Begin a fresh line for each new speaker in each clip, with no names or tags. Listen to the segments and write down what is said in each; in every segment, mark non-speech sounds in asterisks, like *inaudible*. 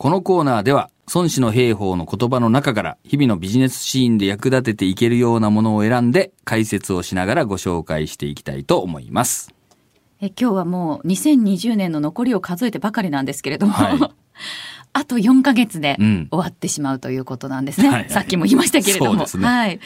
のコーナーでは、孫子の兵法の言葉の中から、日々のビジネスシーンで役立てていけるようなものを選んで、解説をしながらご紹介していきたいと思います。
え今日はもう2020年の残りを数えてばかりなんですけれども、
はい
*laughs* あと4ヶ月で
うん
終わってしまうということなんですね。
はいはい
さっきも言いましたけれど
そう
も。
ですね
はい。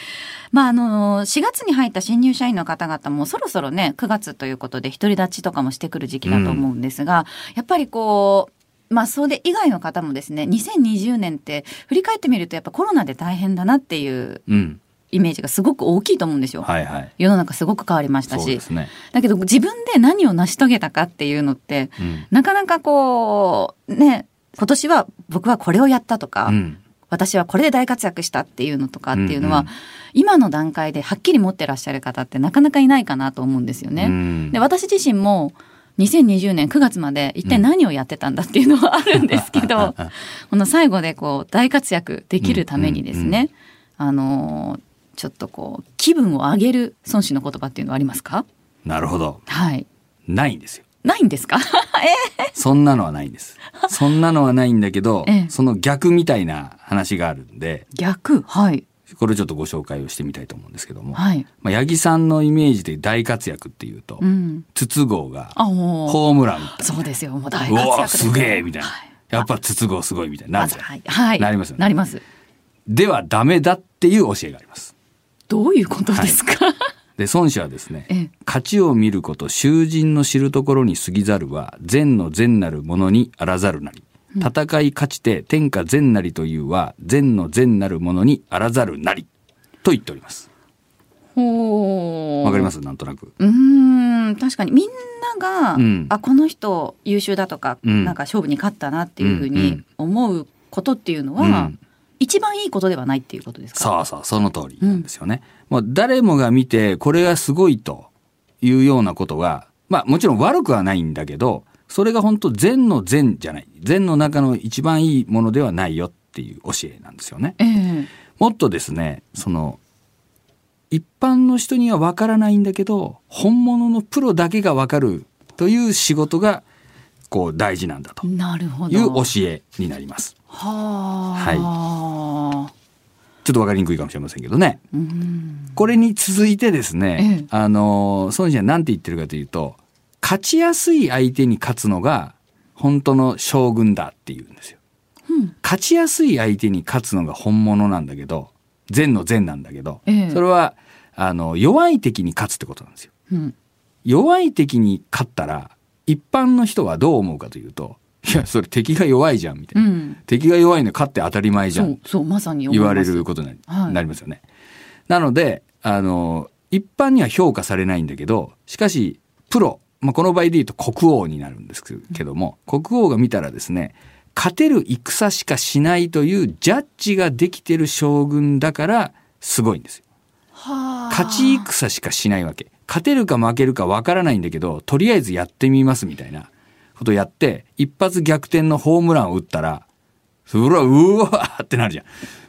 まあ、あの、4月に入った新入社員の方々もそろそろね、9月ということで独り立ちとかもしてくる時期だと思うんですが、やっぱりこう、まあ、それ以外の方もですね、2020年って振り返ってみるとやっぱコロナで大変だなっていう
うん。
イメージがすごく大きいと思うんですよ。
はいはい。
世の中すごく変わりました
そう
し
で。すね。
だけど自分で何を成し遂げたかっていうのって
うん。
なかなかこうね今年は僕はこれをやったとか、
うん。
私はこれで大活躍したっていうのとかっていうのは、
うんうん
今の段階ではっきり持ってらっしゃる方ってなかなかいないかなと思うんですよ
う
ね。
ん
で私自身も2020年9月まで一体何をやってたんだっていうのはあるんですけど *laughs* この最後でこう大活躍できるためにですね、あのちょっとこう気分を上げる孫子の言葉っていうのはありますか
なるほど。
はい
ないんですよ。
ないんですか、
そんなのはないんです。そんなのはないんだけど
ええ
その逆みたいな話があるんで、
*laughs* 逆はい
これをちょっとご紹介をしてみたいと思うんですけども、
はい。
まあ、八木さんのイメージで大活躍っていうと
う、ん。
筒香が
あも
ホームラン打っ
うそうですよもう
た。
大
う
活躍
わ、
です
すげえみたいな
はい。
やっぱ筒香すごいみたいにな
ま
る
ず
じゃん
はいはい
なりますよね
なります。
ではダメだっていう教えがあります。
どういうことですか。
で、孫子はですね、
ええ
勝ちを見ること、囚人の知るところに過ぎざるは、善の善なるものにあらざるなり。戦い勝ちて天下善なりというは、善の善なるものにあらざるなり。と言っております。
*laughs* ほう。
わかりますすなんとなく。
うーん確かにみんなが、
うん
あこの人優秀だとか、
うん
なんか勝負に勝ったなっていうふ
うん
う
う
に
ん
思うことっていうのは、
うん
一番いいことではないっていうことですか。
そうそう、その通りなんですよね。もう誰もが見て、これがすごいというようなことが、まあもちろん悪くはないんだけど、それが本当善の善じゃない。善の中の一番いいものではないよっていう教えなんですよね。
ええ
もっとですね、その、一般の人にはわからないんだけど、本物のプロだけがわかるという仕事が、こう大事なんだとい
なるほど。
う教えになります。
はあ。
ちょっとわかりにくいかもしれませんけどね。
うん。
これに続いてですね、
ええ
あの、孫子は何て言ってるかというと、勝ちやすい相手に勝つのが本当の将軍だっていうんですよ。
うん
勝ちやすい相手に勝つのが本物なんだけど、善の善なんだけど、
ええ
それは、あの、弱い敵に勝つってことなんですよ。
うん。
弱い敵に勝ったら、一般の人はどう思うかというと、いや、それ敵が弱いじゃん、みた
う
いな。
ん。
敵が弱いのに勝って当たり前じ
そ
ゃん
う、そう、まさに思い
言わ
ま
れ
す
ることになり,、
はい
なりますよね。なので、あの、一般には評価されないんだけど、しかし、プロ、まあ、この場合で言うと国王になるんですけども、国王が見たらですね、勝てる戦しかしないというジャッジができてる将軍だから、すごいんですよ。勝
勝
ち戦しかしないわけ。勝てるか負けるかわからないんだけど、とりあえずやってみますみたいなことやって、一発逆転のホームランを打ったら、それはうわーってなるじゃん。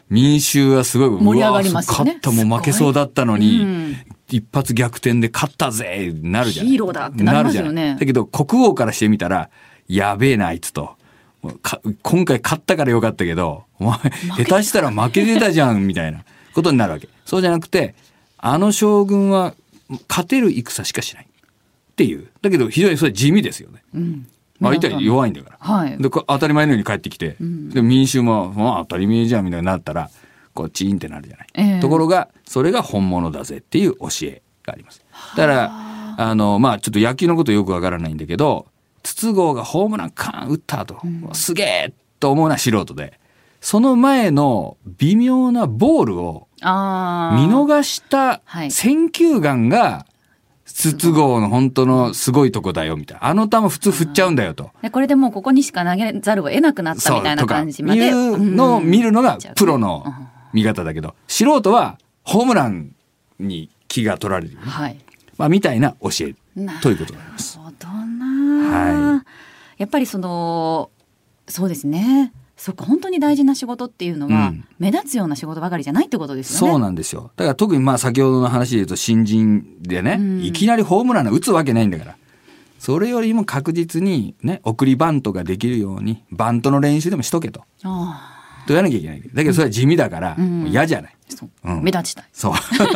民衆はすごい、うわー
盛り上がりますよね
勝ったもう負けそうだったの
う
に
ん、
一発逆転で勝ったぜなるじゃん。
ヒーローだってなりますよね
るじゃんだけど、国王からしてみたら、やべえな、あいつと。もうか今回勝ったからよかったけど、お前、下手したら負けてたじゃん、みたいなことになるわけ。そうじゃなくて、あの将軍は勝てる戦しかしない。っていう。だけど、非常にそれ地味ですよね。
うん
相手は弱いんだから。
はい
で、こう当たり前のように帰ってきて、で民衆も、まあ、当たり前じゃんみたいになったら、こう、チーンってなるじゃない。
ええ
ところが、それが本物だぜっていう教えがあります。だから、あの、まあ、ちょっと野球のことよくわからないんだけど、筒香がホームランカーン打ったと、すげえと思うのは素人で、その前の微妙なボールを
あ
見逃した
はい
選球眼が、筒香の本当のすごいとこだよ、みたいな。あの球普通振っちゃうんだよと。
でこれでもうここにしか投げざるを得なくなったみたいな感じまで
そうとかいうのを見るのがプロの
うん
見方だけど、素人はホームランに気が取られるよね、
はい
まあ、みたいな教え
なる
ということになります。
ほどな、
は
やっぱりそのそうですねそっか本当に大事な仕事っていうのは、
うん
目立つような仕事ばかりじゃないってことです
そう
よね
なんですよ。だから特にまあ先ほどの話で言うと新人でね、
うん
いきなりホームランを打つわけないんだから。それよりも確実にね、送りバントができるように、バントの練習でもしとけと。
あ
とやらなきゃいけない。だけどそれは地味だから、
うん
もう嫌じゃない。
あ、そう、
うん
目立ちたい。
そう。 *laughs*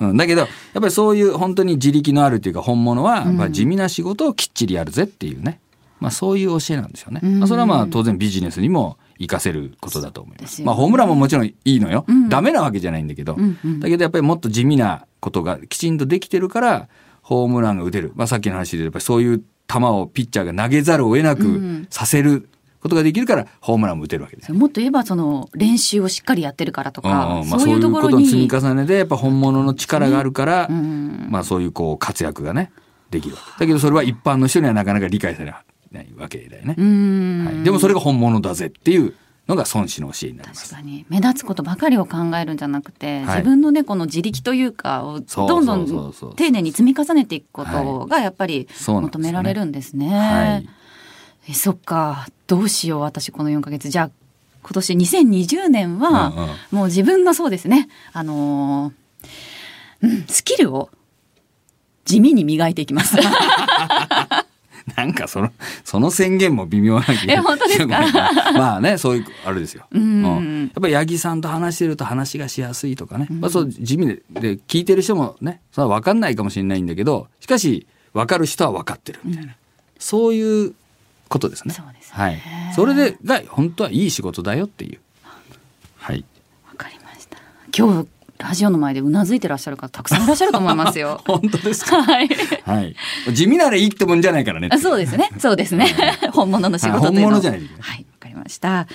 うん、だけど、やっぱりそういう本当に自力のあるというか本物は、
うん
まあ地味な仕事をきっちりやるぜっていうね。まあそういう教えなんですよね。
うん
まあそれはまあ当然ビジネスにも活かせることだと思い
そ
ま。
うですすよね
まあホームランももちろんいいのよ。
うん
ダメなわけじゃないんだけど、
うんうん
だけどやっぱりもっと地味なことがきちんとできてるから、ホームランが打てる。まあさっきの話で言えばそういう球をピッチャーが投げざるを得な
うん
くさせることができるから、ホームランも打てるわけです
そ。れもっと言えばその練習をしっかりやってるからと
うん
か、
うんまあ
そう
そう
い
いうう
とこ
こ
ろ
との
に
積み重ねでやっぱ本物の力があるから、
うん
まあそういうこう活躍がねできるわけだけどそれは一般の人にはなかなか理解されないわけだよね
う、ん、
はい、でもそれが本物だぜっていうのが孫子の教えになりま
確
す
かに目立つことばかりを考えるんじゃなくて、
はい
自分のねこの自力というかを
そう
どんど
そうそうそうん
丁寧に積み重ねていくことがやっぱり
そうなんですよ
求
ね
められるんですね。
はい
えそっかどうしよう私この4ヶ月じゃあ今年2020年は、
うんうん
もう自分のそうですねあのーうんスキルを地味に磨いていき
*laughs*
ます。
なんかそのその宣言も微妙な気が
え本当ですか
ごめんな *laughs* まあねそういうあれですよ、
うん
やっぱり八木さんと話してると話がしやすいとかね、
ん
まあ、そう地味でで聞いてる人もねそれは分かんないかもしれないんだけどしかし分かる人は分かってるみたいな、そういうことですね
そうですね
はい、それでが本当はいい仕事だよっていう
*laughs*
はい。
わかりました。今日ラジオの前でうなずいてらっしゃる方たくさんいらっしゃると思いますよ
*laughs* 本当ですか
はい。
はい地味ならいいってもんじゃないからね
あそ
*laughs*
うですね。そうですね。 *laughs* 本物の仕事というのは
本物じゃないといけない
はい。わかりました。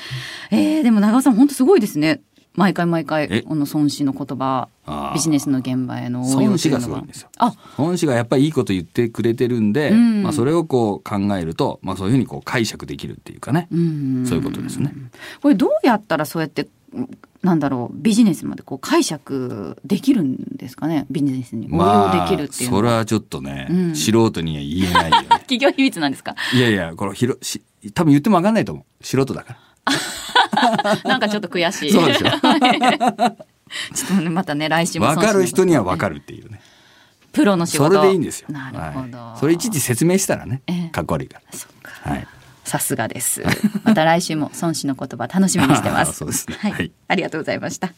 えー、でも長尾さん本当すごいですね。毎回
え
毎回この孫子の言葉
あー
ビジネスの現場への応用
孫
とい
子が
うのは
すごいんですよ
あ、
本誌がやっぱりいいこと言ってくれてるんで、
うん
まあ、それをこう考えると、まあ、そういうふうにこう解釈できるっていうかね、
うん。
そういうことですね。
これどうやったらそうやってうんなんだろうビジネスまでこう解釈できるんですかね。ビジネスに応用で
まあ
きるっていうの
そ
は。
れはちょっとね、
うん
素人には言えないよ
*laughs*
ね
企業秘密な
*laughs*
んですか。
いやいやこれひろし多分言っても分かんないと思う素人だから
なんかちょっと悔しい。
そうでしょ
はい *laughs* ちょっとねまたね来週も
分かる人
に
には分かるっていうね
プロの仕
そ
事
れでいいんですよ
なるほど、
はい、それいちいち説明したらね
ええ
かっこ悪いから
そうか
はい
さすがです。また来週も孫子の言葉楽しみにしてます。
*laughs* そうですね
はい、
はい
ありがとうございました。